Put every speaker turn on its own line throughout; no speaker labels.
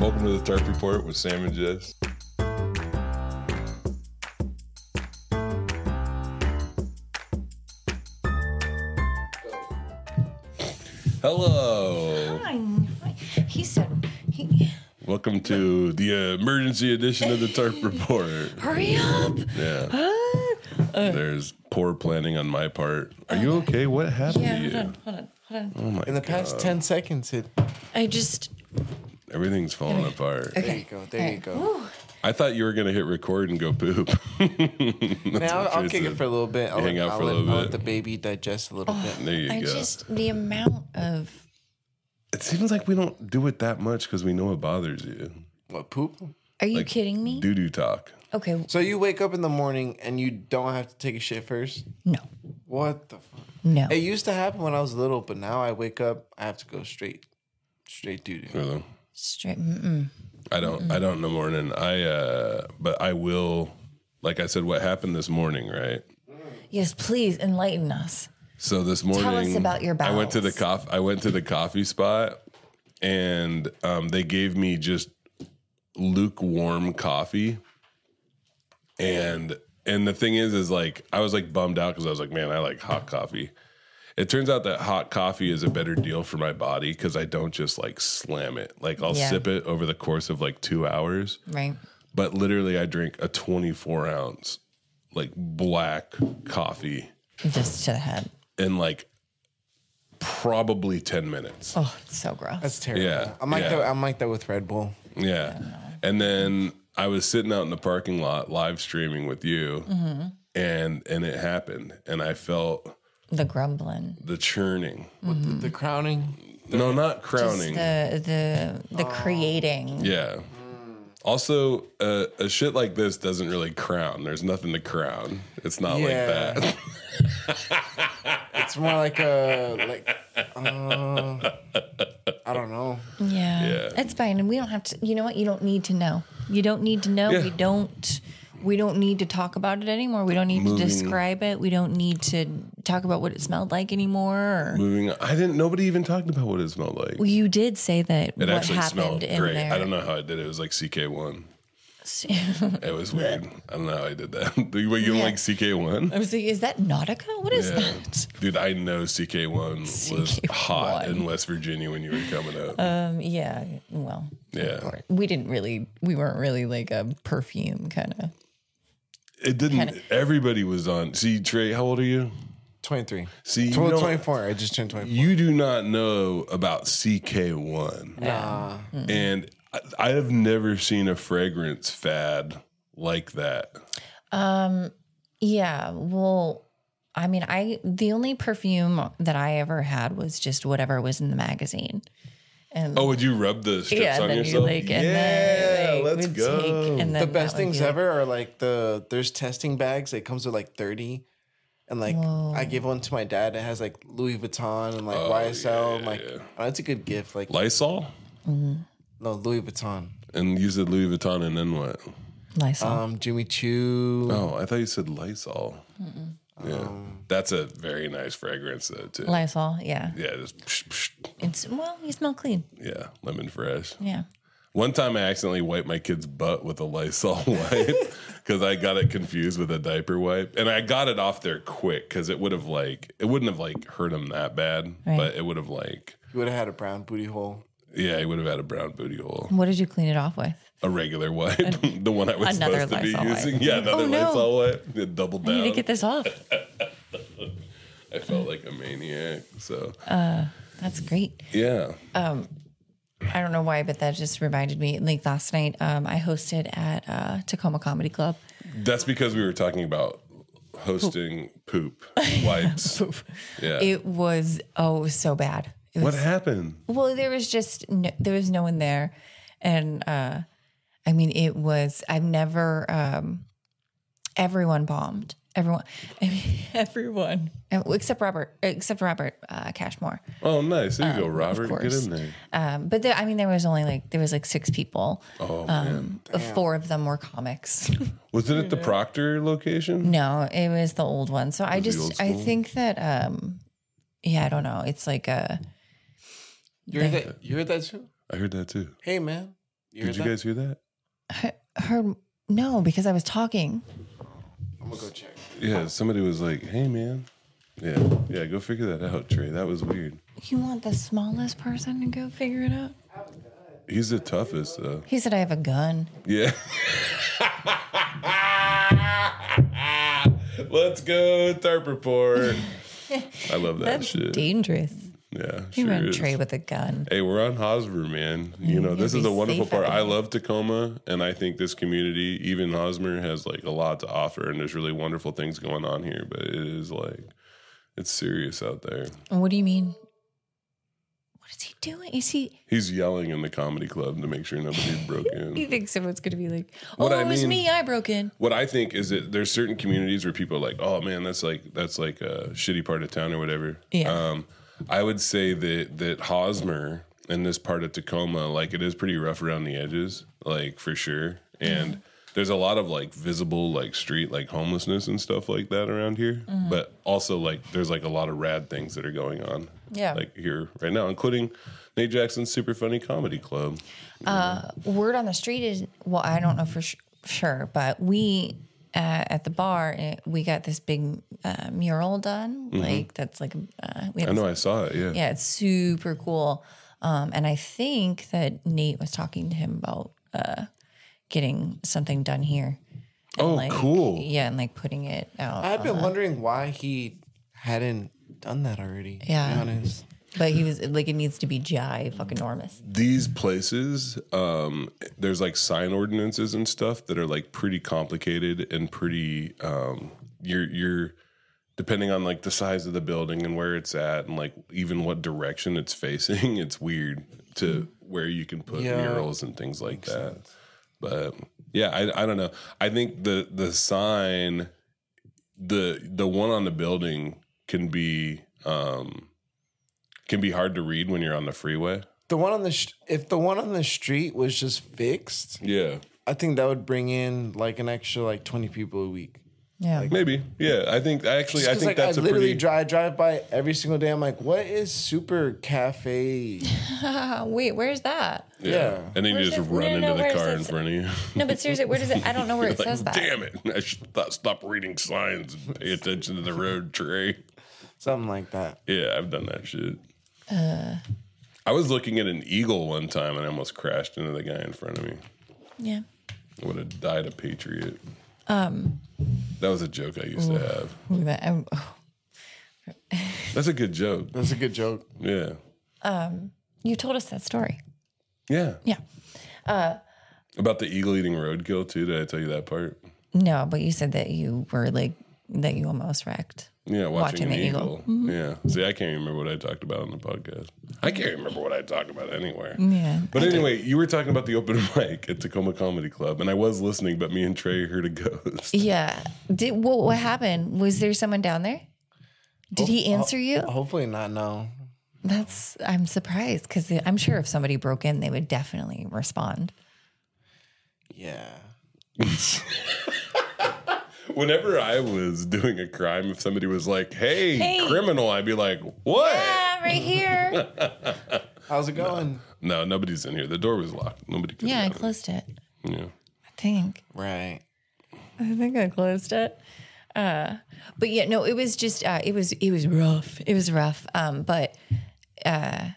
Welcome to the Turf Report with Sam and Jess. Hello.
Fine. He said, he,
Welcome to the uh, emergency edition of the Turf Report.
hurry up.
Yeah,
Ah.
there's poor planning on my part. Are you okay? What happened
yeah,
to
hold
you?
on, hold on, hold on.
Oh my
In the past 10 seconds, it.
I just,
God. Everything's falling apart.
There you
okay.
go. There you go.
Whew.
I thought you were going to hit record and go poop.
Now I'll, I'll kick it for a little bit. I'll,
Hang
let-
out
I'll
for a
let,
little
I'll let
bit.
the baby digest a little bit.
There you
I
go.
just, the amount of,
It seems like we don't do it that much because we know it bothers you.
What, poop?
are you kidding me?
Doo doo talk.
Okay,
So you wake up in the morning and you don't have to take a shit first?
no,
What the fuck?
no.
It used to happen when I was little, but now I wake up, I have to go straight, straight doo doo.
Really.
Straight, mm-mm.
I don't. I don't in the morning. I. uh But I will. Like I said, what happened this morning, right?
Yes, please enlighten us.
So this morning,
us about your
I went to the
bowels.
coff. I went to the coffee spot, and um, they gave me just lukewarm coffee. And and the thing is, is like I was like bummed out because I was like, man, I like hot coffee. It turns out that hot coffee is a better deal for my body because I don't just like slam it. Like I'll
Yeah.
sip it over the course of like two hours
Right.
but literally I drink a 24 ounce like black coffee
Just to the head.
in like probably 10 minutes.
Oh, it's so gross.
That's terrible.
Yeah,
I'm like
yeah.
that. I'm like that with Red Bull.
Yeah. And then I was sitting out in the parking lot live streaming with you and and it happened and I felt
the grumbling.
the churning.
With the, the crowning.
No, not crowning.
The, the, the creating.
yeah. Also, uh, a shit like this doesn't really crown. There's nothing to crown. It's not like
Yeah.
that.
It's more like a like. uh, I don't know.
Yeah.
Yeah.
That's fine. And we don't have to you know what? You don't need to know. You don't need to know.
Yeah.
We don't we don't need to talk about it anymore. We don't need to describe it. We don't need to talk about what it smelled like anymore. Or,
Moving on. I didn't nobody even talked about what it smelled like.
well, you did say that
It
what
actually smelled
happened in
great.
there.
I don't know how I did it. It was like CK1.
know.
It was weird. I don't know how I did that. Do you, wait, you don't
Yeah.
like CK1?
I was like, is that Nautica? What is
Yeah.
that?
Dude, I know CK1 was
CK1.
hot in West Virginia when you were coming up.
Um, yeah. Well, of
Yeah.
course. we didn't really, we weren't really like a perfume kind of.
it didn't. Everybody was on. See, Trey, how old are you?
Twenty three.
See, you,
Tw-
don't-
twenty four. I just turned twenty four.
you do not know about CK1.
Nah.
Mm-hmm.
And I, I have never seen a fragrance fad like that.
Yeah, well, I mean, I the only perfume that I ever had was just whatever was in the magazine. And
Oh, would you rub the strips
yeah,
on
then
yourself?
you like,
yeah,
and then like,
let's
would
go.
Take, and then
the best
that would
things
be like-
ever are like the there's testing bags that comes with like 30 and like i gave one to my dad that has like louis vuitton and like
Oh,
ysl and, like oh, that's a good gift like
Lysol?
no louis vuitton
And you said Louis Vuitton and then what?
Lysol.
um jimmy choo
Oh, I thought you said Lysol. Yeah. Um, That's a very nice fragrance, though, too.
Lysol, yeah.
yeah, just psh, psh,
It's well, you smell clean.
yeah, lemon fresh.
Yeah.
One time I accidentally wiped my kid's butt with a Lysol wipe because I got it confused with a diaper wipe. And I got it off there quick because it would have, like, it wouldn't have, like, hurt him that bad,
Right.
but it would have, like,
you would have had a brown booty hole
yeah, he would have had a brown booty hole.
What did you clean it off with?
A regular wipe, the one I was
Another
supposed to
Lysol
be
wipe.
using. Yeah, another
Oh, no.
Lysol wipe. It doubled down.
I need to get this off.
I felt like a maniac. So
That's great.
yeah,
I don't know why, but that just reminded me. Like last night, um, I hosted at uh, Tacoma Comedy Club.
that's because we were talking about hosting poop, wipes. Yeah.
It was oh, it was so bad. It was
what happened?
Well, there was just no, there was no one there, and uh, I mean, it was I've never um, everyone bombed everyone. I mean, everyone Uh, except Robert, except Robert uh, Cashmore.
Oh, nice. There you go, Robert. Get
um, course.
in there.
Um, but there, I mean, there was only like there was like six people. Um,
Oh man,
Four of them were comics.
was it at the Proctor location?
no, it was the old one. So I
Was the
just
old
I
school?
think that um, yeah, I don't know. It's like uh, a
you heard that you heard that too
I heard that too.
hey man You heard
Did you
that?
guys hear that?
Heard no because I was talking.
I'm gonna go check.
Yeah, somebody was like, "Hey, man." Yeah, yeah. Go figure that out, Trey. That was weird.
You want the smallest person to go figure it out?
He's the toughest, though.
He said I have a gun.
Yeah. Let's go, Tharp Report. I love that
That's
shit.
dangerous.
Yeah.
You
sure
run
is.
Trey with a gun.
Hey, we're on Hosmer, man. You know,
gotta
this is
be
the wonderful
safe out
part. I
there.
love Tacoma, and I think this community, even Hosmer, has like a lot to offer, and there's really wonderful things going on here. But it is like, it's serious out there.
And What do you mean? What is he doing? Is he?
He's yelling in the comedy club to make sure nobody broke in.
You think someone's gonna be like, "Oh,
What I
it was
mean-
me. I broke in."
what I think is that there's certain communities where people are like, oh man, that's like that's like a shitty part of town or whatever.
Yeah.
Um, I would say that that Hosmer and this part of Tacoma, like it is pretty rough around the edges, like for sure.
Mm-hmm.
And there's a lot of like visible like street like homelessness and stuff like that around here.
Mm-hmm.
But also like there's like a lot of rad things that are going on.
Yeah.
Like here right now, including Nate Jackson's super funny comedy club.
word on the street is well i don't know for sh- sure but we uh, at the bar eh, we got this big uh, mural done like that's like uh, we
Mm-hmm. I
have
know I saw it. Yeah.
yeah it's super cool um, and i think that nate was talking to him about uh, getting something done here
Oh,
like,
cool.
yeah and like putting it out
I've been wondering why he hadn't done that already.
Yeah.
To be honest.
but he was like it needs to be gi fucking enormous
these places um there's like sign ordinances and stuff that are like pretty complicated and pretty um you're you're depending on like the size of the building and where it's at and like even what direction it's facing it's weird to where you can put
Yeah.
murals and things like that but yeah I, I don't know i think the the sign the the one on the building can be um can be hard to read when you're on the freeway
The one on the sh- if the one on the street was just fixed,
yeah
I think that would bring in like an extra like twenty people a week.
yeah
Maybe. Yeah. I think actually I
Because
think
like
that's
I
a
literally
pretty
drive drive by every single day. I'm like, what is super cafe?
Uh, wait where's that
yeah.
yeah.
And then you
Where's
just
it-
run
no,
into
no,
the
where's
car in
this-
front of you.
no but seriously where does it i don't know where it
Like,
says that
Damn it. I should th- stop reading signs and pay attention to the road, Trey.
Something like that.
Yeah, I've done that shit.
Uh.
I was looking at an eagle one time and I almost crashed into the guy in front of me.
yeah
I would have died a patriot. Um that was a joke I used to have.
Look at that. Um,
That's a good joke.
That's a good joke.
Yeah.
You told us that story.
Yeah.
Yeah.
About the eagle eating roadkill too. Did I tell you that part?
No, but you said that you were like that you almost wrecked.
Yeah, watching,
Watching
an
the
eagle.
eagle. Mm-hmm.
Yeah. See, I can't remember what I talked about on the podcast. I can't remember what I talked about anywhere.
Yeah.
But anyway, you were talking about the open mic at Tacoma Comedy Club, and I was listening, but me and Trey heard a ghost.
Yeah. Did what what happened? Was there someone down there?
Oh,
Did he
uh,
answer you?
Hopefully not. No.
That's I'm surprised cuz I'm sure if somebody broke in they would definitely respond.
Yeah.
Whenever I was doing a crime, if somebody was like, hey,
Hey.
criminal, I'd be like, what?
Ah, right here.
How's it going?
No, nobody's in here. The door was locked. Nobody could
yeah, I
get in.
closed it.
Yeah.
I think.
Right.
I think I closed it. Uh, but yeah, no, it was just uh, it was it was rough. It was rough. Um, but uh,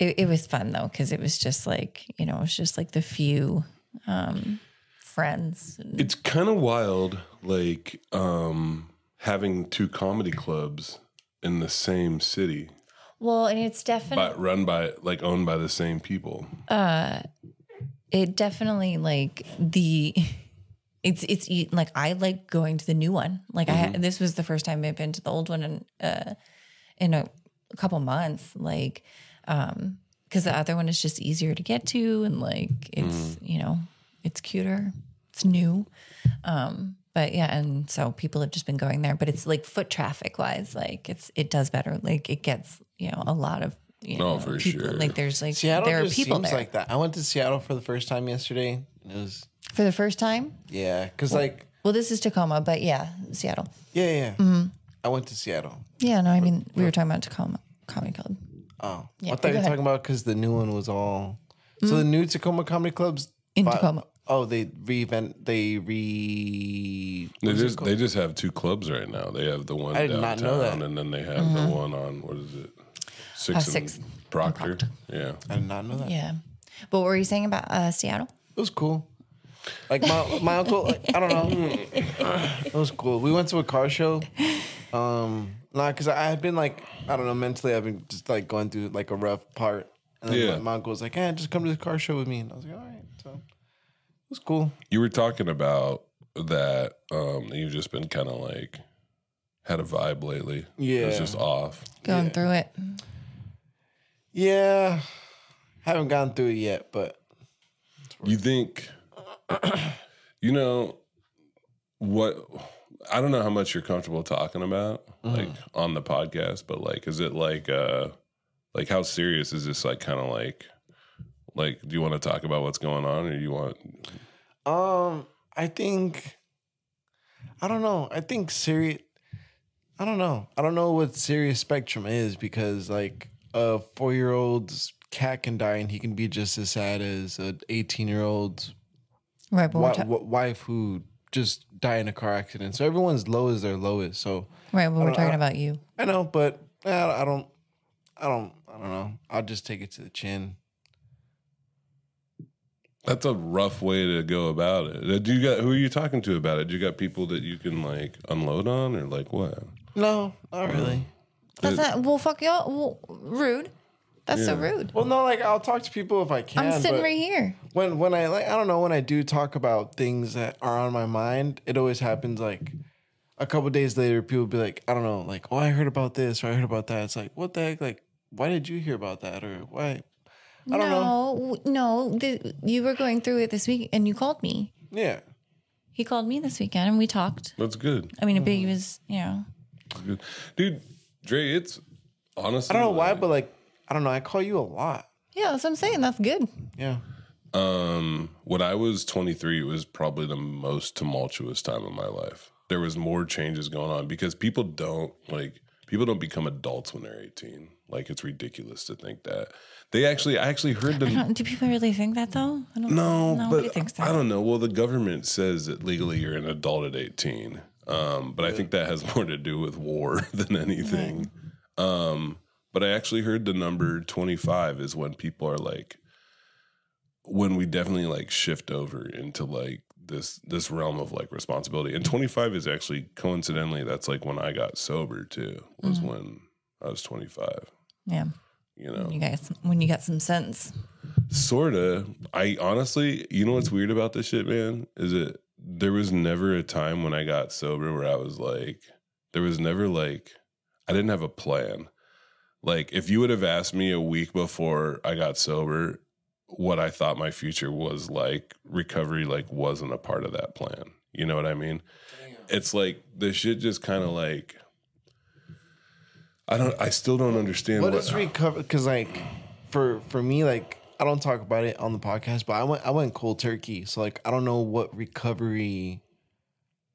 it, it was fun though because it was just like you know it was just like the few um, friends.
it's kind of wild like um having two comedy clubs in the same city
Well, and it's definitely
but run by like owned by the same people
it definitely like the. It's it's e- like I like going to the new one. Like I
Mm-hmm.
ha- this was the first time I've been to the old one in uh, in a, couple months. Like um because the other one is just easier to get to and like
Mm.
it's you know it's cuter it's new um but yeah and so people have just been going there but it's like foot traffic wise like it's it does better like it gets you know a lot of you know
Oh, for
people
sure.
like there's like
Seattle
there are
just
people
seems
there
like that. I went to Seattle for the first time yesterday. It was
for the first time
yeah, because like
well this is tacoma but yeah seattle
yeah yeah.
Mm-hmm.
I went to Seattle.
yeah no i mean we were talking about tacoma comedy club
Oh,
Yeah,
I thought you
go
were
ahead. Mm-hmm.
talking about because the new one was all So the new Tacoma Comedy Club's
In
vi-
Tacoma.
Oh, they reinvent. They re.
They
what is it
just
called?
they just have two clubs right now. They have the one
I did
downtown,
not know that. Mm-hmm.
and then they have the one on what is it? Six,
Uh,
and
Sixth and
Proctor.
Proctor.
Yeah,
I did not know that.
Yeah. But what were you saying about uh, Seattle?
It was cool. Like my my uncle, like, I don't know. It was cool. We went to a car show. Um, nah, cause I had been like, I don't know, mentally I've been just like going through like a rough part. And then
Yeah.
my, my uncle was like, "Yeah, just come to the car show with me," and I was like, "All right." So it was cool.
you were talking about that. Um, you've just been kind of like had a vibe lately. it's
Yeah.
just off.
Going through it.
Yeah, haven't gone through it yet, but
You think, you know, what? I don't know how much you're comfortable talking about, like on the podcast, but like, is it like, uh, like how serious is this? Like, kind of like, like, do you want to talk about what's going on, or you want?
Um, I think I don't know. I think serious. I don't know. I don't know what serious spectrum is because like a four year old cat can die and he can be just as sad as an eighteen year old
Right. But we're ta-
wife who just died in a car accident. So everyone's low is their lowest. So
right. But we're
I-
talking about you.
I know, but eh, I don't. I don't. I don't know. I'll just take it to the chin.
That's a rough way to go about it. Uh, Do you got who are you talking to about it? Do you got people that you can like unload on, or like what?
No, not really.
That's
Did-
not, well, fuck y'all. Well, rude. That's so rude.
Well, no. Like I'll talk to people if I can.
I'm sitting
but-
right here.
when when I like I don't know when I do talk about things that are on my mind, it always happens like a couple days later. People be like, I don't know, like oh I heard about this or I heard about that. It's like what the heck, like why did you hear about that or why? I don't know.
no, w- no. The, you were going through it this week and you called me.
Yeah,
He called me this weekend and we talked.
That's good,
I mean, a
Mm.
big was, you know,
That's good. dude. Dre, it's honestly.
I don't know why,
like-
but like I don't know. I call you a lot.
yeah, that's what I'm saying. That's good.
Yeah,
Um, when I was 23, it was probably the most tumultuous time of my life. There was more changes going on because people don't like people don't become adults when they're 18. Like it's ridiculous to think that. They actually I actually heard
I
them
don't, do people really think that though? I don't,
no,
nobody
but
thinks that.
I don't know. Well, the government says that legally you're an adult at 18. Um, but I think that has more to do with war than anything. Um, but I actually heard the number 25 is when people are like, when we definitely like shift over into like this this realm of like responsibility. And 25 is actually coincidentally that's like when I got sober too. Was when I was 25.
yeah,
You know,
you guys, when you got some sense,
Sorta. I honestly, you know what's weird about this shit, man? Is it there was never a time when I got sober where I was like, there was never like, I didn't have a plan. Like, if you would have asked me a week before I got sober what I thought my future was like, recovery like wasn't a part of that plan. You know what I mean? It's like the shit just kind of like, I don't, I still don't understand
what is recover? Because like for for me, like I don't talk about it on the podcast, but I went I went cold turkey, so like I don't know what recovery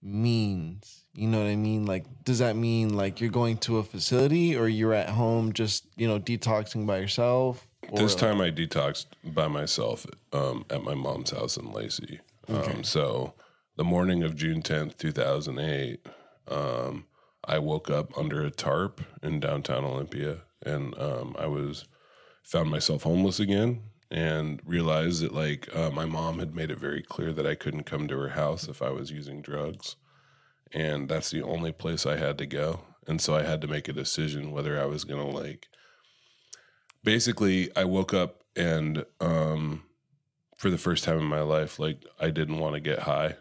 means. You know what I mean? Like, does that mean like you're going to a facility or you're at home just you know detoxing by yourself? Or,
This time I detoxed by myself um, at my mom's house in Lacey. Um, so the morning of June 10th, 2008, um, I woke up under a tarp in downtown Olympia and um, I was found myself homeless again and realized that like uh, my mom had made it very clear that I couldn't come to her house if I was using drugs and that's the only place I had to go and so I had to make a decision whether I was going to like basically I woke up and um for the first time in my life like I didn't want to get high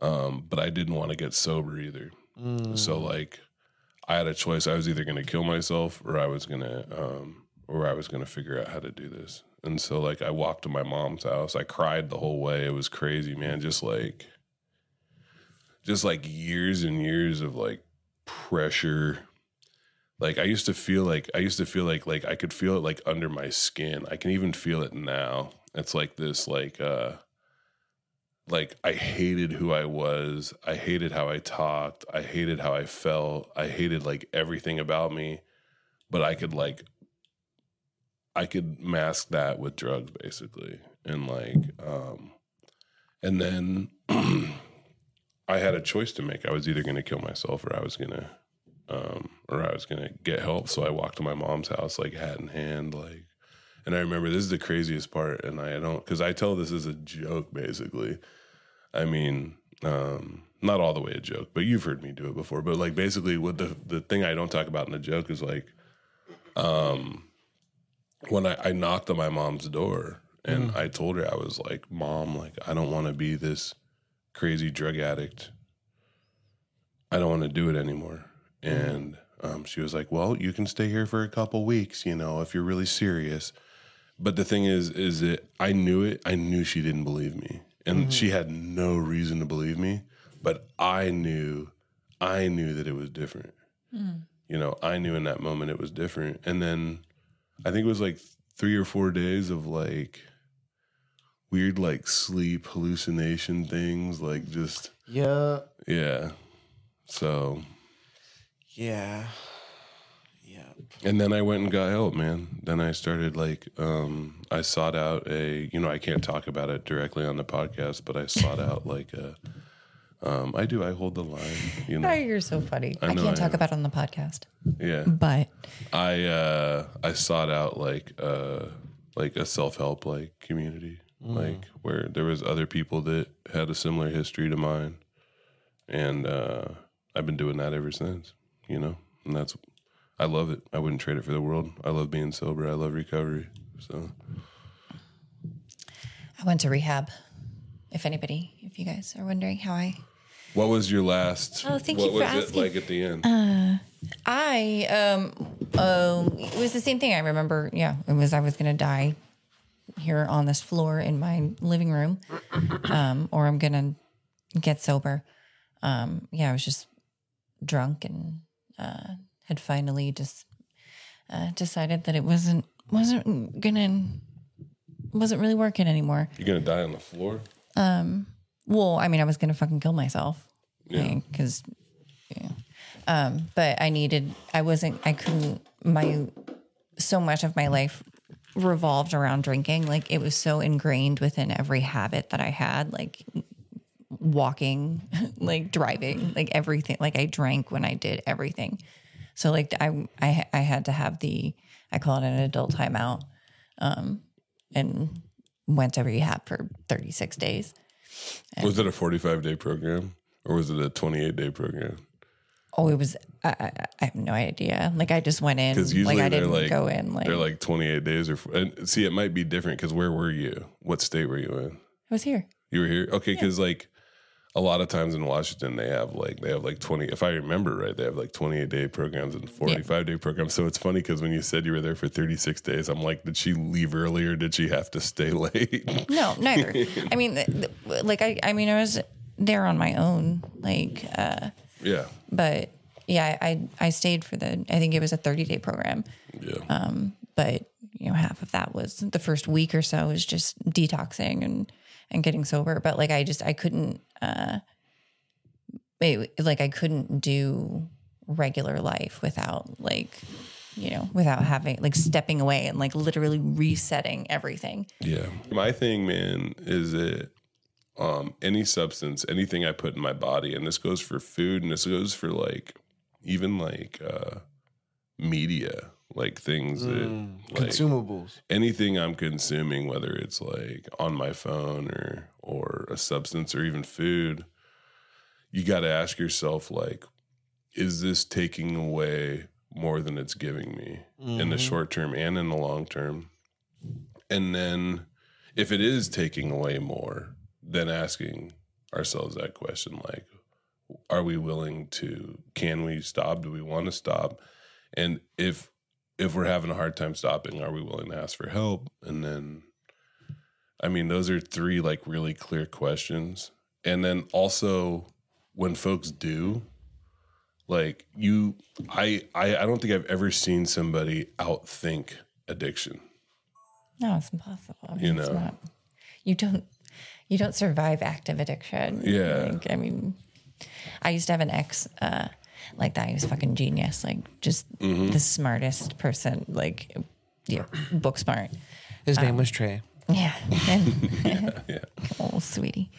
um but I didn't want to get sober either
Mm,
so like I had a choice I was either going to kill myself or I was going to um or I was going to figure out how to do this and so like I walked to my mom's house I cried the whole way it was crazy man just like just like years and years of like pressure like i used to feel like i used to feel like like i could feel it like under my skin i can even feel it now it's like this like uh like i hated who i was i hated how i talked i hated how i felt i hated like everything about me but i could like I could mask that with drugs basically. And like um and then I had a choice to make. I was either going to kill myself or I was going to um or I was going to get help. So I walked to my mom's house like hat in hand like and I remember this is the craziest part and I don't cuz I tell this as a joke basically. I mean, um, not all the way a joke, but you've heard me do it before. But like basically, what the the thing I don't talk about in the joke is like, um, when I, I knocked on my mom's door and I told her I was like, Mom, like I don't want to be this crazy drug addict. I don't want to do it anymore. And um, she was like, Well, you can stay here for a couple weeks, you know, if you're really serious. But the thing is, is that I knew it. I knew she didn't believe me, and she had no reason to believe me. But I knew, I knew that it was different. You know, I knew in that moment it was different. And then, I think it was like three or four days of like weird, like sleep hallucination things, like just
Yeah.
yeah. So,
Yeah. Yeah.
and then I went and got help, man. Then I started like um I sought out a you know, I can't talk about it directly on the podcast, but I sought out like a um I do I hold the line, you
Oh,
know.
you're so funny. I,
know
can't
I
talk
am.
about it on the podcast,
Yeah.
but
I uh I sought out like uh like a self help like community. Like where there was other people that had a similar history to mine. And uh I've been doing that ever since, you know? And that's I love it. I wouldn't trade it for the world. I love being sober. I love recovery. So
I went to rehab. If anybody, if you guys are wondering how I
what was your last
Oh, thank
what
you for
was it
asking. Uh,
like at the end?
I um um it was the same thing. I remember, yeah, it was I was gonna die here on this floor in my living room. Um, or I'm gonna get sober. Um, yeah, I was just drunk and uh had finally just uh decided that it wasn't wasn't gonna wasn't really working anymore.
You're gonna die on the floor?
Well, I mean, I was gonna fucking kill myself. Because, yeah. Um, but I needed. I wasn't. I couldn't. My so much of my life revolved around drinking. Like it was so ingrained within every habit that I had. Like walking, like driving, like everything. Like I drank when I did everything. So like I I I had to have the I call it an adult timeout, um, and went to rehab for thirty six days.
Was it a forty five day program? Or was it a twenty eight day program?
Oh, it was. I, I, I have no idea. Like I just went in.
Because usually
like I
they're
didn't
like
go in. Like,
they're like 28 days or and see it might be different because where were you? What state were you in?
I was here.
You were here, okay? Because like a lot of times in Washington they have like they have like 20. If I remember right, they have like 28 day programs and 45 day programs. So it's funny because when you said you were there for 36 days, I'm like, did she leave early or did she have to stay late?
No, neither. I mean, th- th- like I. I mean, I was there on my own. Like, uh,
yeah,
but yeah, I I stayed for the. I think it was a thirty day program,
yeah.
but you know, half of that was the first week or so was just detoxing and and getting sober. But like I just I couldn't. Uh, it, like I couldn't do regular life without like you know without having like stepping away and like literally resetting everything
Yeah. My thing, man, is that um, any substance, anything I put in my body, and this goes for food and this goes for like even like uh, media, like things
Mm.
that like
Consumables.
anything I'm consuming, whether it's like on my phone or or a substance or even food, you got to ask yourself like, is this taking away more than it's giving me in the
Mm. Mm-hmm.
short term and in the long term? And then, if it is taking away more, then asking ourselves that question like, are we willing to? Can we stop? Do we want to stop? And if if we're having a hard time stopping, are we willing to ask for help? And then, I mean, those are three like really clear questions. And then also, when folks do, like you, I, I, I don't think I've ever seen somebody outthink addiction.
No, it's impossible. I mean,
You
it's
know.
not, you don't you don't survive active addiction.
Yeah.
Like, I mean, I used to have an ex uh,
Mm-hmm.
like that. He was fucking genius, like just the smartest person, like yeah, book smart.
His name was Trey.
Yeah. Oh, sweetie.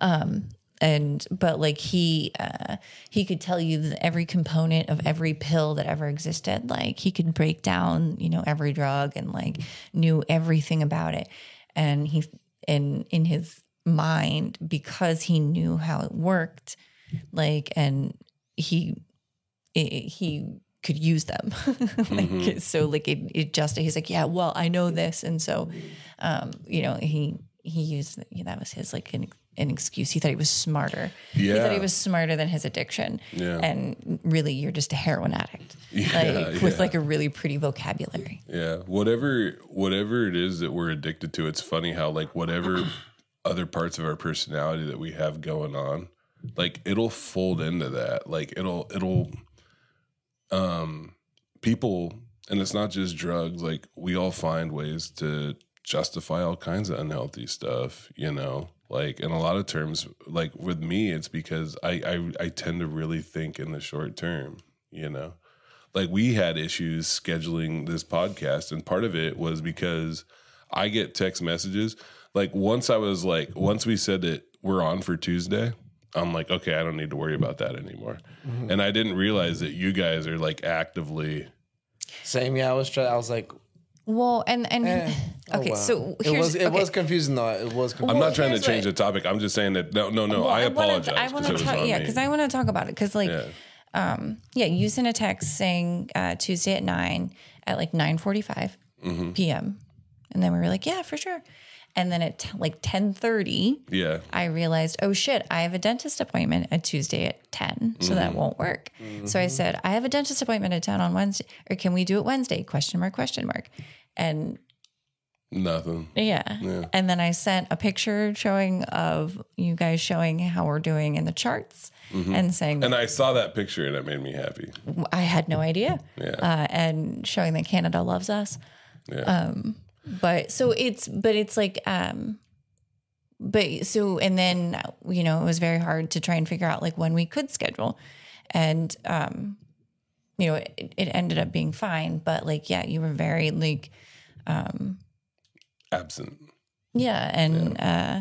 Um, and but like he uh, he could tell you that every component of every pill that ever existed. Like he could break down, you know, every drug and like knew everything about it. And he and in his mind because he knew how it worked, like and he it, it- he could use them. like,
Mm-hmm.
So like it, it just he's like, yeah, well, I know this, and so, um, you know, he he used that was his like an, an excuse. He thought he was smarter. He thought
Yeah.
he was smarter than his addiction.
Yeah.
And really, you're just a heroin addict,
Yeah,
like with
yeah.
like a really pretty vocabulary.
Yeah, whatever whatever it is that we're addicted to, it's funny how like whatever other parts of our personality that we have going on, like it'll fold into that. Like it'll it'll um people and it's not just drugs, like we all find ways to justify all kinds of unhealthy stuff, you know. Like in a lot of terms, like with me, it's because I I, I tend to really think in the short term, you know like we had issues scheduling this podcast and part of it was because i get text messages like once i was like once we said that we're on for tuesday i'm like okay i don't need to worry about that anymore
Mm-hmm.
and i didn't realize that you guys are like actively
Same. Yeah, I was trying. I was like,
Well, and and
eh, oh,
okay,
wow.
so
it
here's
was it
okay.
was confusing though. It was confusing.
i'm
Well,
not trying to
here's
change
what-
the topic i'm just saying that no no no
Well,
i
wanna-
apologize
I want to talk, yeah, because I want to talk about it. Because like,
Yeah.
um, yeah, you sent a text saying uh, Tuesday at nine at like nine
Mm-hmm.
p.m. and then we were like, yeah, for sure. And then at t- like ten thirty,
yeah
I realized, oh shit, I have a dentist appointment at Tuesday at 10, so
Mm-hmm.
that won't work. So I said, I have a dentist appointment at 10 on Wednesday, or can we do it Wednesday? Question mark, question mark. And
nothing
yeah. And then I sent a picture showing of you guys showing how we're doing in the charts and saying
Mm-hmm. and i saw that picture and it made me happy
I had no idea.
Yeah.
Uh, and showing that Canada loves us. Um,
yeah
But so it's but it's like um but so and then you know it was very hard to try and figure out like when we could schedule and um you know it, it ended up being fine but like yeah you were very like
absent
yeah and uh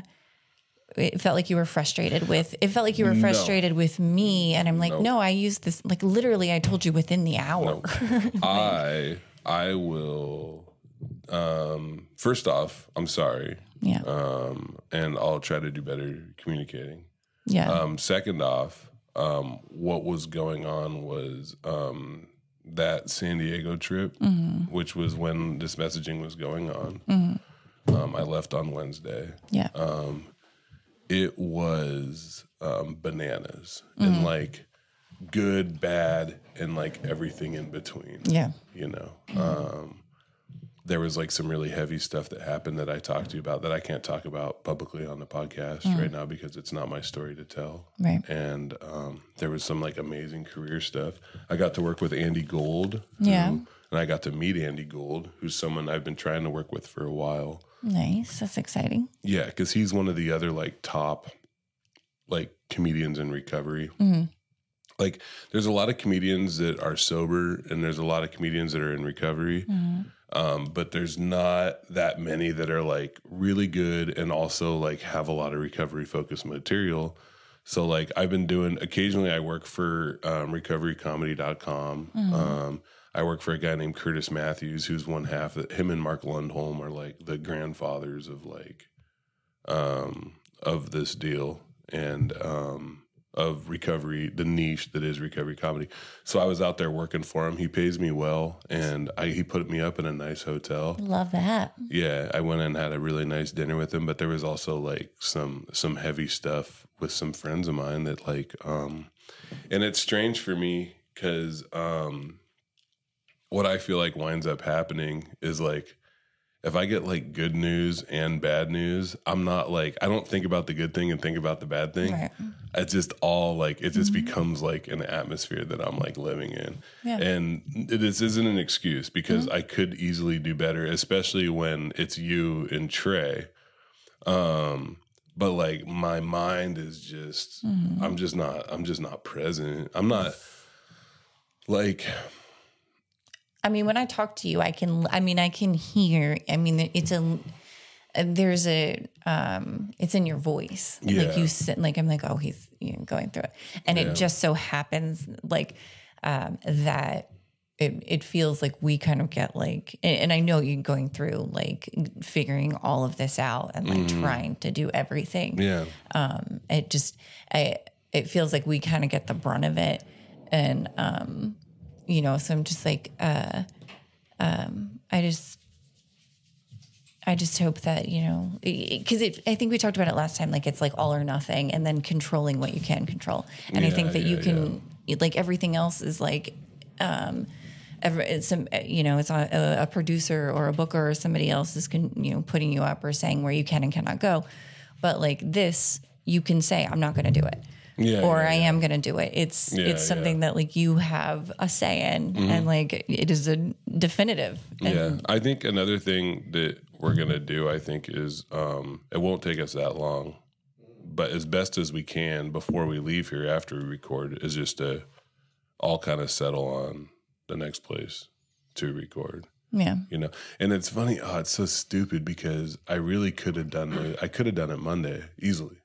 it felt like you were frustrated with it felt like you were frustrated with me and i'm like no, i used this like literally i told you within the hour
I I will um first off, I'm sorry.
yeah
Um and I'll try to do better communicating.
yeah
Um second off, um what was going on was um that San Diego trip, which was when this messaging was going on. Um I left on Wednesday
yeah
it was um, bananas and like good, bad, and like everything in between.
Yeah.
You know, um, there was like some really heavy stuff that happened that I talked to you about that I can't talk about publicly on the podcast right now because it's not my story to tell.
Mm. Right.
And um, there was some like amazing career stuff. I got to work with Andy Gold.
Yeah.
Who, and I got to meet Andy Gold, who's someone I've been trying to work with for a while.
nice that's exciting
Yeah, because he's one of the other like top like comedians in recovery. Like there's a lot of comedians that are sober and there's a lot of comedians that are in recovery. Um, but there's not that many that are like really good and also like have a lot of recovery focused material. So like I've been doing occasionally I work for um, recoverycomedy.com. Um, I work for a guy named Curtis Matthews, who's one half. Him and Mark Lundholm are like the grandfathers of like um, of this deal and um, of recovery, the niche that is recovery comedy. So I was out there working for him. He pays me well, and I, he put me up in a nice hotel.
love that
Yeah, I went and had a really nice dinner with him, but there was also like some some heavy stuff with some friends of mine that like, um, and it's strange for me because um, what I feel like winds up happening is like if I get like good news and bad news, I'm not like I don't think about the good thing and think about the bad thing.
Right. Mm-hmm.
It's just all like it just becomes like an atmosphere that I'm like living in.
Yeah. Mm-hmm.
And this isn't an excuse because I could easily do better, especially when it's you and Trey. Um but like my mind is just
Mm-hmm.
I'm just not I'm just not present. I'm not like
I mean, when I talk to you, I can. I mean, I can hear. I mean, it's a. There's a. Um, it's in your voice.
Yeah.
Like you sit. Like I'm like, oh, he's you know, going through it, and
Yeah.
it just so happens like um, that. It, it feels like we kind of get like, and, and I know you're going through like figuring all of this out and like
Mm-hmm.
trying to do everything
Yeah.
um, it just I, it feels like we kind of get the brunt of it and um, you know so i'm just like uh, um, i just i just hope that you know because it, i think we talked about it last time like it's like all or nothing and then controlling what you can control and i
Yeah,
think that you
yeah,
can like everything else is like every, it's some you know it's a, a producer or a booker or somebody else is con, you know putting you up or saying where you can and cannot go but like this you can say i'm not going to do it
Yeah,
or
yeah,
i
yeah.
am going to do it it's
Yeah,
it's something
yeah.
that like you have a say in and like it is a definitive and
Yeah, I think another thing that we're gonna do, I think, is um, it won't take us that long, but as best as we can before we leave here after we record is just to all kind of settle on the next place to record.
yeah
You know, and it's funny. Oh, it's so stupid because I really could have done it. I could have done it Monday easily.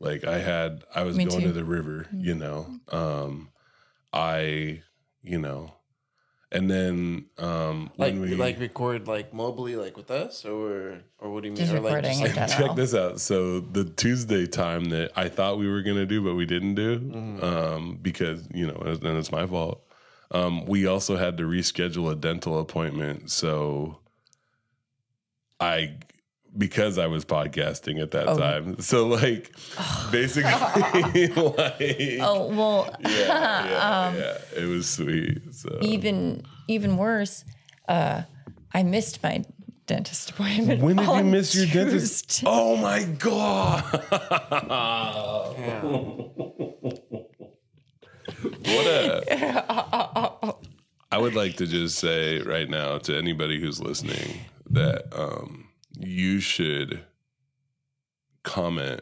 Like I had, I was
Mm. Me
going
too. Mm.
to the river. You know, um, I, you know, and then um,
Like
when we
like record like mobily like with us or or what do you mean?
Just
or like
recording
like-
it. at all.
check this out. So the Tuesday time that I thought we were gonna do, but we didn't do, um, because you know, and and it's my fault. Um, we also had to reschedule a dental appointment, so I because I was podcasting at that time. So like, basically, like,
oh well
yeah, yeah, yeah, it was sweet. So
even even worse uh i missed my dentist appointment
when did you
on
miss your dentist?
Tuesday.
Oh my god! what a! I would like to just say right now to anybody who's listening that um, you should comment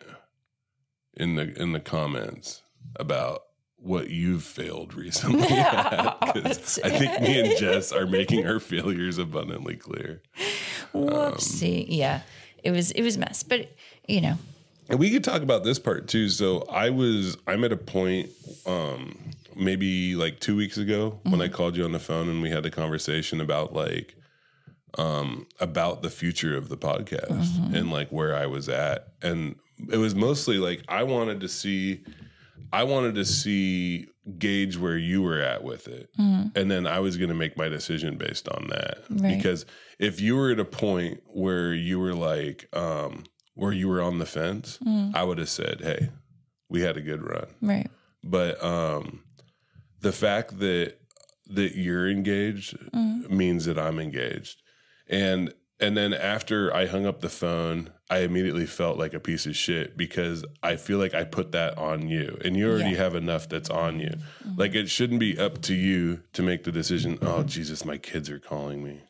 in the in the comments about what you've failed recently. at, 'cause I think me and Jess are making our failures abundantly clear.
whoopsie yeah it was it was a mess but you know
And we could talk about this part too. So I was I'm at a point um maybe like 2 weeks ago when I called you on the phone and we had a conversation about like um about the future of the podcast and like where I was at and it was mostly like I wanted to see I wanted to see gauge where you were at with it. And then I was going to make my decision based on that.
Right.
Because if you were at a point where you were like, um, where you were on the fence, I would have said, hey, we had a good run.
right
But um, the fact that that you're engaged means that I'm engaged. And and then after I hung up the phone, I immediately felt like a piece of shit because I feel like I put that on you. And you already
Yeah.
have enough that's on you. Like it shouldn't be up to you to make the decision, oh Jesus, my kids are calling me.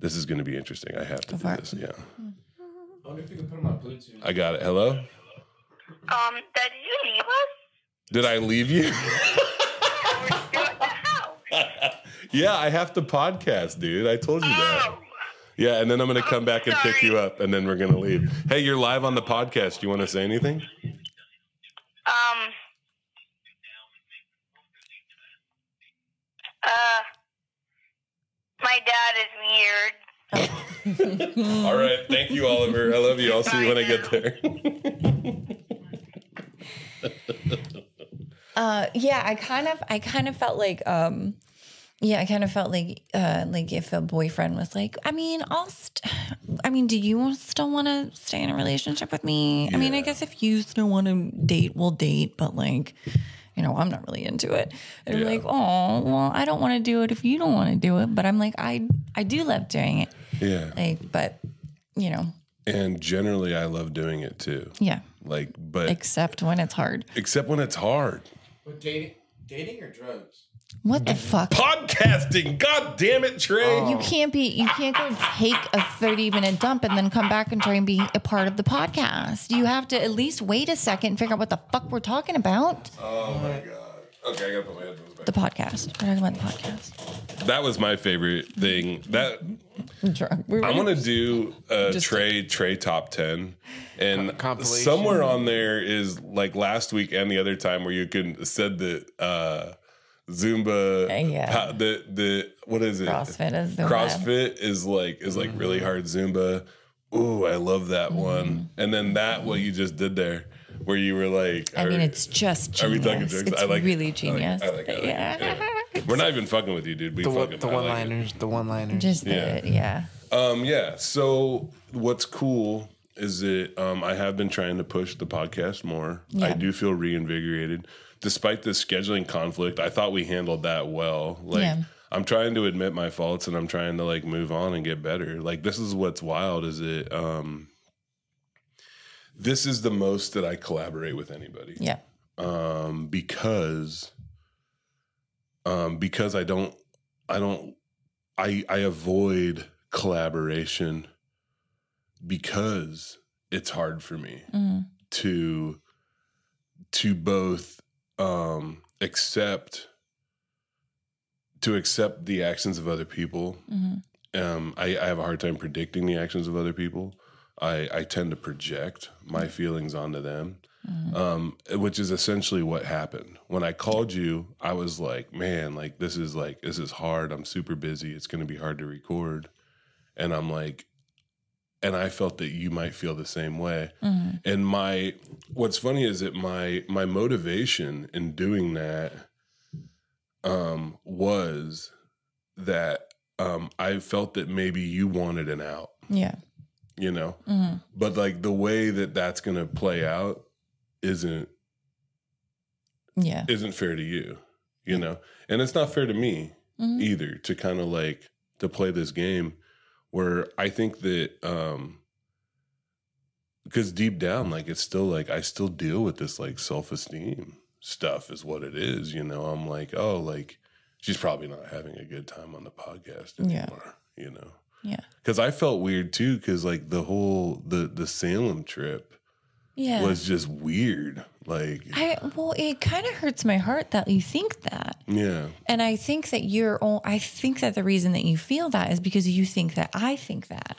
This is gonna be interesting. I have to do
for it.
this. Yeah.
I wonder if you can put them on Bluetooth.
I got it. Hello?
Um, Dad, did you leave us?
Did I leave you?
We're still at the house.
yeah, I have to podcast, dude. I told you that.
Oh,
Yeah, and then I'm gonna come back and pick
sorry.
you up, and then we're gonna leave. Hey, you're live on the podcast. Do you want to say anything?
um, uh, my dad is weird.
All right, thank you, Oliver. I love you. I'll see you when I get there.
Uh, yeah, I kind of, I kind of felt like, um, yeah, I kind of felt like, uh, like if a boyfriend was like, I mean, I'll, st- I mean, do you still want to stay in a relationship with me? I mean, I
Yeah.
guess if you still want to date, we'll date, but like, you know, I'm not really into it. And
Yeah.
I'm like, oh, well, I don't want to do it if you don't want to do it, but I'm like, I, I do love doing it.
yeah,
Like, but you know,
and generally, I love doing it too.
yeah,
Like, but
except when it's hard.
except when it's hard.
But dating, dating or drugs?
What the fuck?
Podcasting, god damn it, Trey.
You can't be. You can't go take a thirty-minute dump and then come back and try and be a part of the podcast. You have to at least wait a second and figure out what the fuck we're talking about.
Oh my god. Okay, I gotta put my headphones back.
The podcast. We're talking about the podcast.
That was my favorite thing. That
I'm drunk. We were
I want to do a
Just-
Trey Trey top ten, and
compilation.
somewhere on there is like last week and the other time where you can said that uh, Zumba,
Uh, yeah.
pa- the the what is it?
CrossFit is Mm-hmm. the web.
CrossFit is like is like really hard Zumba. Ooh, I love that
Mm-hmm.
one. And then that what you just did there, where you were like,
I mean,
are-
it's just
are we talking
genius.
jokes?
It's
I like it. I
really
like it.
genius.
I like it. I like it.
yeah.
we're not even fucking with you, dude. We
The, one-
fucking
the
I like
one
it.
liners, the one liners.
Just the-
Yeah.
yeah.
Um, yeah. So what's cool is that um, I have been trying to push the podcast more. I
Yeah.
do feel reinvigorated, despite the scheduling conflict. I thought we handled that well. Like
Yeah.
I'm trying to admit my faults and I'm trying to like move on and get better. Like this is what's wild is it. Um, this is the most that I collaborate with anybody
Yeah.
um, because um, because I don't I don't I I avoid collaboration because it's hard for me
Mm.
to to both um, accept to accept the actions of other people.
Mhm.
Um, I, I have a hard time predicting the actions of other people. I, I tend to project my feelings onto them um, which is essentially what happened. When I called you, I was like, "Man, like this is like this is hard. I'm super busy. It's going to be hard to record." And I'm like, and I felt that you might feel the same way.
Mm-hmm.
And my what's funny is that my my motivation in doing that um, was that um, I felt that maybe you wanted an out
Yeah. Mm-hmm.
you know but like the way that that's going to play out isn't
Yeah.
isn't fair to you you know and it's not fair to me
Mm-hmm.
either to kind of like to play this game where i think that um because deep down like it's still like i still deal with this like self-esteem stuff is what it is you know i'm like oh like she's probably not having a good time on the podcast
Yeah.
anymore you know
Yeah.
because I felt weird too. Because like the whole the the Salem trip
Yeah.
was just weird. Like
I well, it kind of hurts my heart that you think that.
yeah,
And I think that you're all, I think that the reason that you feel that is because you think that I think that.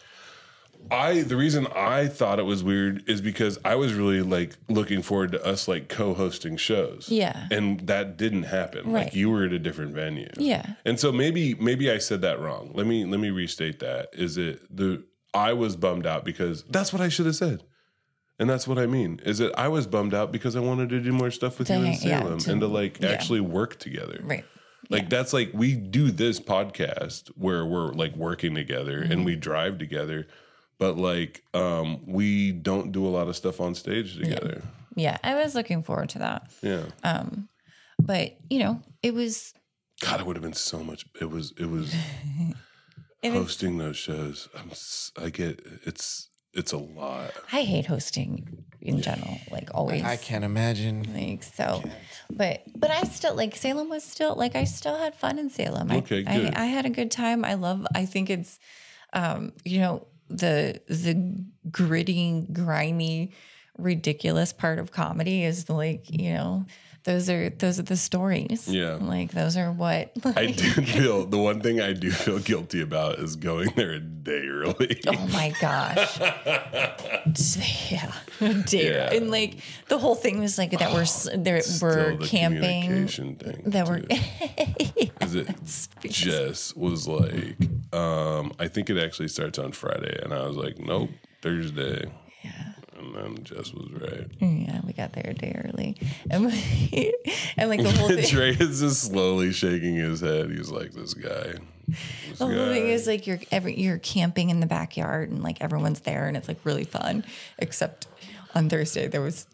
I the reason I thought it was weird is because I was really like looking forward to us like co-hosting shows.
Yeah.
and that didn't happen. Like
Right.
you were at a different venue.
Yeah.
and so maybe maybe I said that wrong. Let me let me restate that. Is it the I was bummed out because that's what I should have said. And that's what I mean. Is that I was bummed out because I wanted to do more stuff with
To
you in
hang- yeah,
Salem
to-
and to like
yeah.
actually work together.
Right.
Like that's like we do this podcast where we're like working together
Mm-hmm.
and we drive together, but like um we don't do a lot of stuff on stage together.
Yeah. I was looking forward to that.
Yeah.
Uh, But, you know, it was,
God, it would have been so much it was it was
it was
hosting those shows. I'm s- I get it's it's a lot.
I hate hosting in general, like always.
I can't imagine.
Like so, but but I still like Salem was still like I still had fun in Salem. I-
Okay,
I,
good.
I, had a good time. I love. I think it's, um, you know the the gritty, grimy, ridiculous part of comedy is like you know those are those are the stories.
Yeah.
like those are what
I do feel the one thing I do feel guilty about is going there a day early.
Oh my gosh. yeah. Dear.
Yeah.
And like the whole thing was like that we're s- there
Still
we're
the
camping
communication thing
that we're
too. Is it Jess was like, um, I think it actually starts on Friday, and I was like, nope, Thursday. And then Jess was right.
yeah, we got there a day early. And, we- and like the whole thing
Trey is just slowly shaking his head. He's like, this guy. This
the whole thing
guy.
is like you're every you're camping in the backyard and like everyone's there and it's like really fun. Except on Thursday there was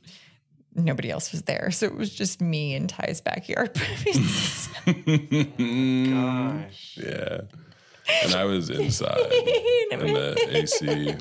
nobody else was there. So it was just me and Ty's backyard.
Gosh.
yeah. And I was inside in the AC.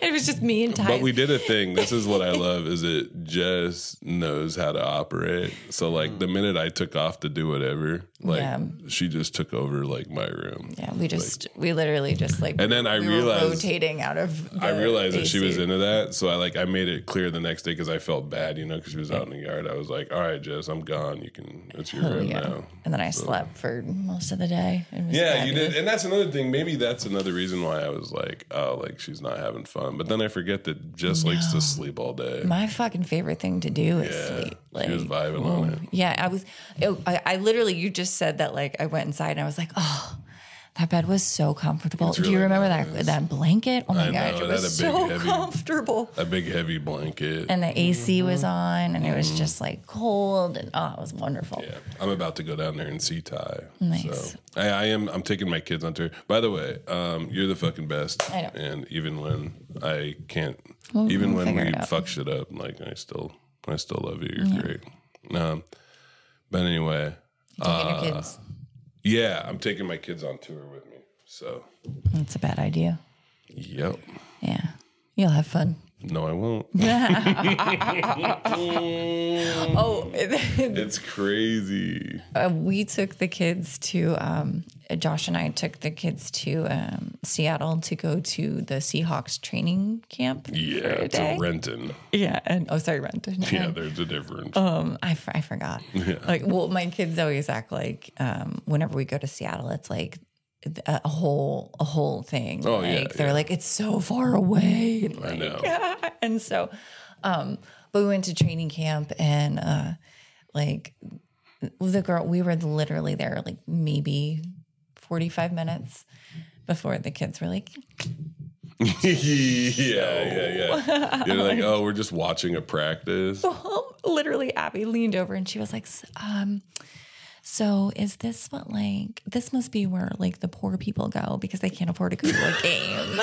It was just me and Ty.
But we did a thing. This is what I love is it just knows how to operate. So like the minute I took off to do whatever, like
Mm. Yeah.
she just took over like my room.
Yeah, we just we literally just like
And then I
we were
realized-
rotating out of. The
I realized that she was
AC.
into that, so I like I made it clear the next day because I felt bad, you know, because she was out in the yard. I was like, "All right, Jess, I'm gone. You can it's your room
Yeah.
now."
And then I slept for most of the day. It was
Yeah, you
fabulous.
did, and that's another thing. Maybe that's another reason why I was like, "Oh, like she's not having fun." But then I forget that Jess likes to sleep all day.
My fucking favorite thing to do is
Yeah,
sleep.
she was vibing on it.
Yeah, I was. oh, I, I literally, you just said that. Like, I went inside and I was like, oh, that bed was so comfortable. Do you
really
remember
nice.
that that blanket? Oh my
I
gosh,
know,
it
it had
was
a big,
so
heavy- Mm-hmm.
comfortable.
A big heavy blanket.
And the AC was on, and it was just like cold, and oh, it was wonderful.
Mm-hmm. Yeah, I'm about to go down there and see Ty.
Nice.
So I, I am. I'm taking my kids on tour. By the way, um, you're the fucking best.
I know.
And even when I can't,
We'll-
even
we'll
when
figure
we
it out.
fuck shit up, like I still, I still love you. You're great. Um, but anyway,
Taking
Uh.
your kids.
yeah, I'm taking my kids on tour with me. So,
That's a bad idea.
yep.
Yeah, you'll have fun.
No, I won't.
Oh,
it's crazy.
uh, we took the kids to um, Josh and I took the kids to um, Seattle to go to the Seahawks training camp. for
Yeah,
a
to
day.
Renton.
Yeah, and oh, sorry, Renton.
Yeah,
And,
there's a difference.
um, I, f- I forgot. Like, well, my kids always act like um, whenever we go to Seattle, it's like a a whole a whole thing.
Oh,
like,
yeah,
they're
yeah.
like it's so far away. and,
I
like,
know.
and so um but we went to training camp and uh like the girl we were literally there like maybe 45 minutes before the kids were like
yeah, yeah, yeah. You're like, oh, we're just watching a practice.
literally abby leaned over and she was like "S- um so is this what like this must be where like the poor people go because they can't afford to go to a game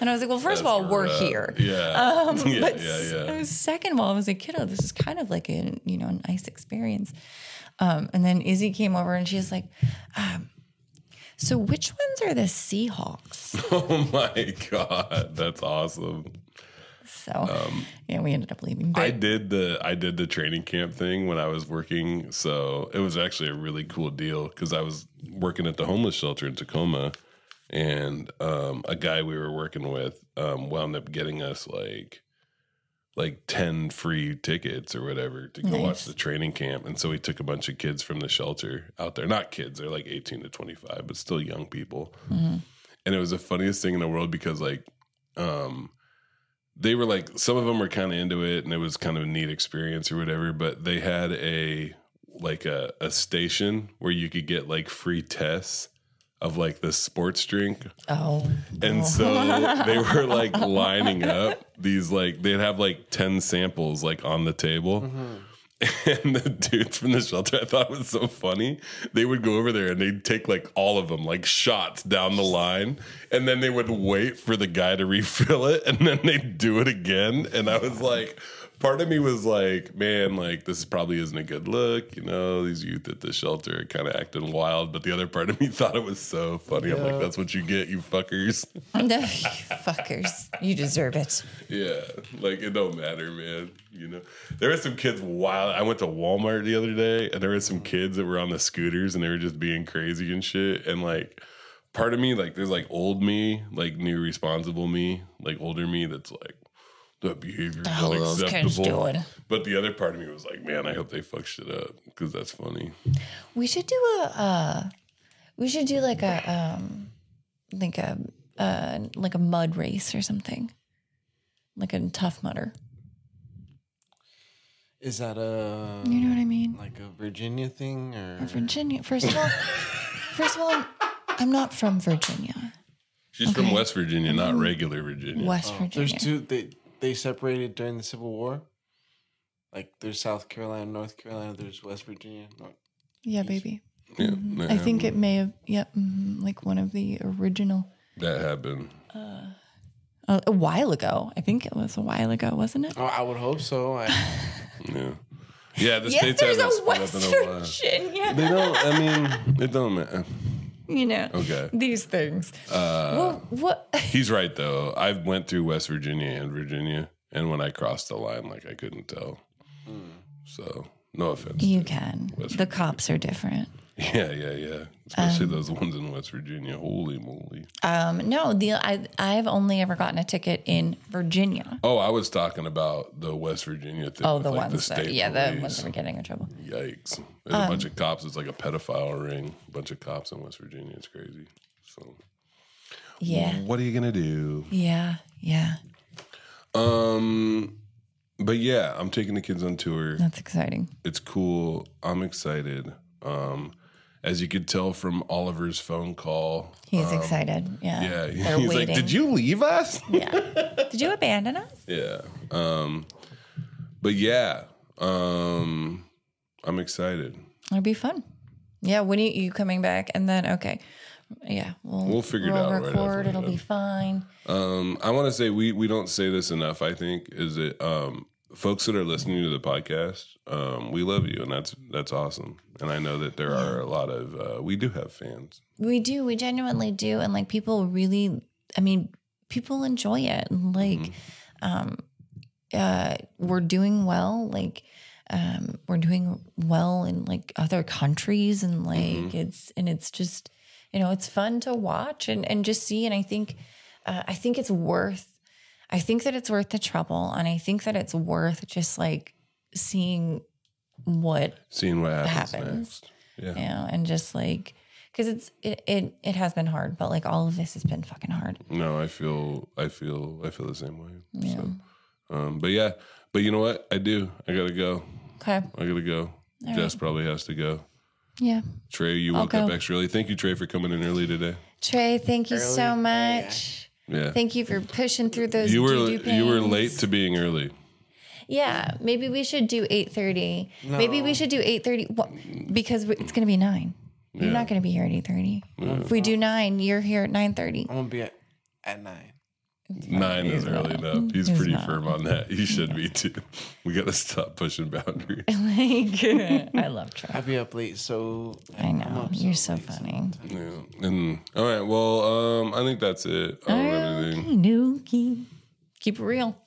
and i was like well first of all we're
Uh,
here
Yeah. yeah,
Um,
yeah,
but
yeah.
s- uh, second of all, I was like, kiddo, this is kind of like an you know a nice experience. Um, and then Izzy came over and she's like, um, so which ones are the Seahawks?
Oh my god, that's awesome.
So yeah, we ended up leaving.
Um, I
But
did the I did the training camp thing when I was working, so it was actually a really cool deal because I was working at the homeless shelter in Tacoma, and um, a guy we were working with um, wound up getting us like like 10 free tickets or whatever to go watch
Nice.
the training camp and so we took a bunch of kids from the shelter out there not kids they're like 18 to 25 but still young people
Mm-hmm.
and it was the funniest thing in the world because like um they were like some of them were kind of into it and it was kind of a neat experience or whatever but they had a like a, a station where you could get like free tests of like the sports drink
oh,
and so they were like lining up these like they'd have like 10 samples like on the table and the dudes from the shelter I thought was so funny. They would go over there and they'd take like all of them, like shots down the line, and then they would wait for the guy to refill it, and then they'd do it again. And I was like, part of me was like, man, like this probably isn't a good look, you know. These youth at the shelter are kind of acting wild, but the other part of me thought it was so funny. I'm like, that's what you get, you fuckers.
no, you fuckers, you deserve it.
Yeah, like it don't matter, man. You know, there were some kids wild. I went to Walmart the other day, and there were some kids that were on the scooters, and they were just being crazy and shit. And like, part of me, like, there's like old me, like new responsible me, like older me, that's like that behavior is
hell are those kids
unacceptable.
doing?
But the other part of me was like, man, I hope they fuck shit up because that's funny.
We should do a uh, we should do like a um, like a uh, like a mud race or something, like a tough mudder.
Is that a
You know what I mean?
like a Virginia thing or
Virginia. First of all, first of all, I'm- I'm not from Virginia,
She's from West Virginia, not regular Virginia.
Mm-hmm. West
Oh,
Virginia.
There's two. They they separated during the Civil War. Like there's South Carolina, North Carolina. There's West Virginia. North.
yeah, baby.
Yeah,
I think it may have. Yep, mhm, like one of the original.
that happened.
Uh, a while ago, I think it was a while ago, wasn't it?
Oh, I would hope so. I,
Yeah, yeah. The
Yes,
states
there's
haven't
a
split
West
up in a while.
Virginia.
They don't. I mean, it don't matter.
you know,
Okay.
these things.
Uh,
well, what?
He's right though. I went through West Virginia and Virginia, and when I crossed the line, like I couldn't tell. Hmm. So no offense.
You can.
West
The cops are different.
Yeah, yeah, yeah. Especially those ones in West Virginia. Holy moly!
Um, no, the I I've only ever gotten a ticket in Virginia.
Oh, I was talking about the West Virginia thing.
Oh,
with,
the
like,
ones that yeah, the ones that Um, were getting in trouble.
Yikes! There's a bunch of cops. It's like a pedophile ring. A bunch of cops in West Virginia. It's crazy. So
Yeah,
what are you gonna do?
yeah, yeah.
Um, but yeah, I'm taking the kids on tour.
That's exciting.
It's cool. I'm excited. Um, as you could tell from Oliver's phone call,
He's excited. Yeah,
Um, yeah,
They're
he's
waiting.
like, "Did you leave us?"
Yeah. Did you abandon us?
yeah. Um, but yeah, um, I'm excited.
It'll be fun. Yeah. When are you coming back? And then okay. Yeah, we'll
We'll figure it
we'll
out right
Record.
after we
It'll
get
be
up.
fine.
Um, I want to say we we don't say this enough. I think is that um, folks that are listening to the podcast, um, we love you, and that's that's awesome. And I know that there are a lot of uh, we do have fans.
We do. We genuinely do. And like people really, I mean, people enjoy it. And like, um, uh, we're doing well. Like, um, we're doing well in like other countries and like it's, and it's just, you know, it's fun to watch and, and just see. And I think, uh, I think it's worth, I think that it's worth the trouble. And I think that it's worth just like seeing what
Seeing what happens,
Happens.
next. Yeah.
you know, and just like because it's it, it it has been hard, but like all of this has been fucking hard.
No, I feel I feel I feel the same way.
Yeah.
So, um, but yeah, but you know what? I do. I gotta go.
Okay.
I gotta go.
right.
Jess probably has to go.
Yeah.
Trey, you woke
go.
up extra early. Thank you, Trey, for coming in early today.
Trey, thank you so much.
Yeah.
Thank you for pushing through those.
you were
doo-doo
you were
pains.
late to being early.
Yeah, maybe we should do eight thirty. Maybe we should do eight thirty because we- it's gonna be nine. You're
Yeah.
not gonna be here at eight thirty. If we do nine, you're here at nine thirty.
I'm gonna be at, at nine.
Nine is early enough. He's
He's
pretty
not.
firm on that. He should be too. We gotta stop pushing boundaries.
Like, I love Trey.
I'll be up late, so
I know you're so
late
funny.
Yeah. And Oh, all right, well, um, I think that's it. I don't have anything.
Okey-dokey. Keep it real.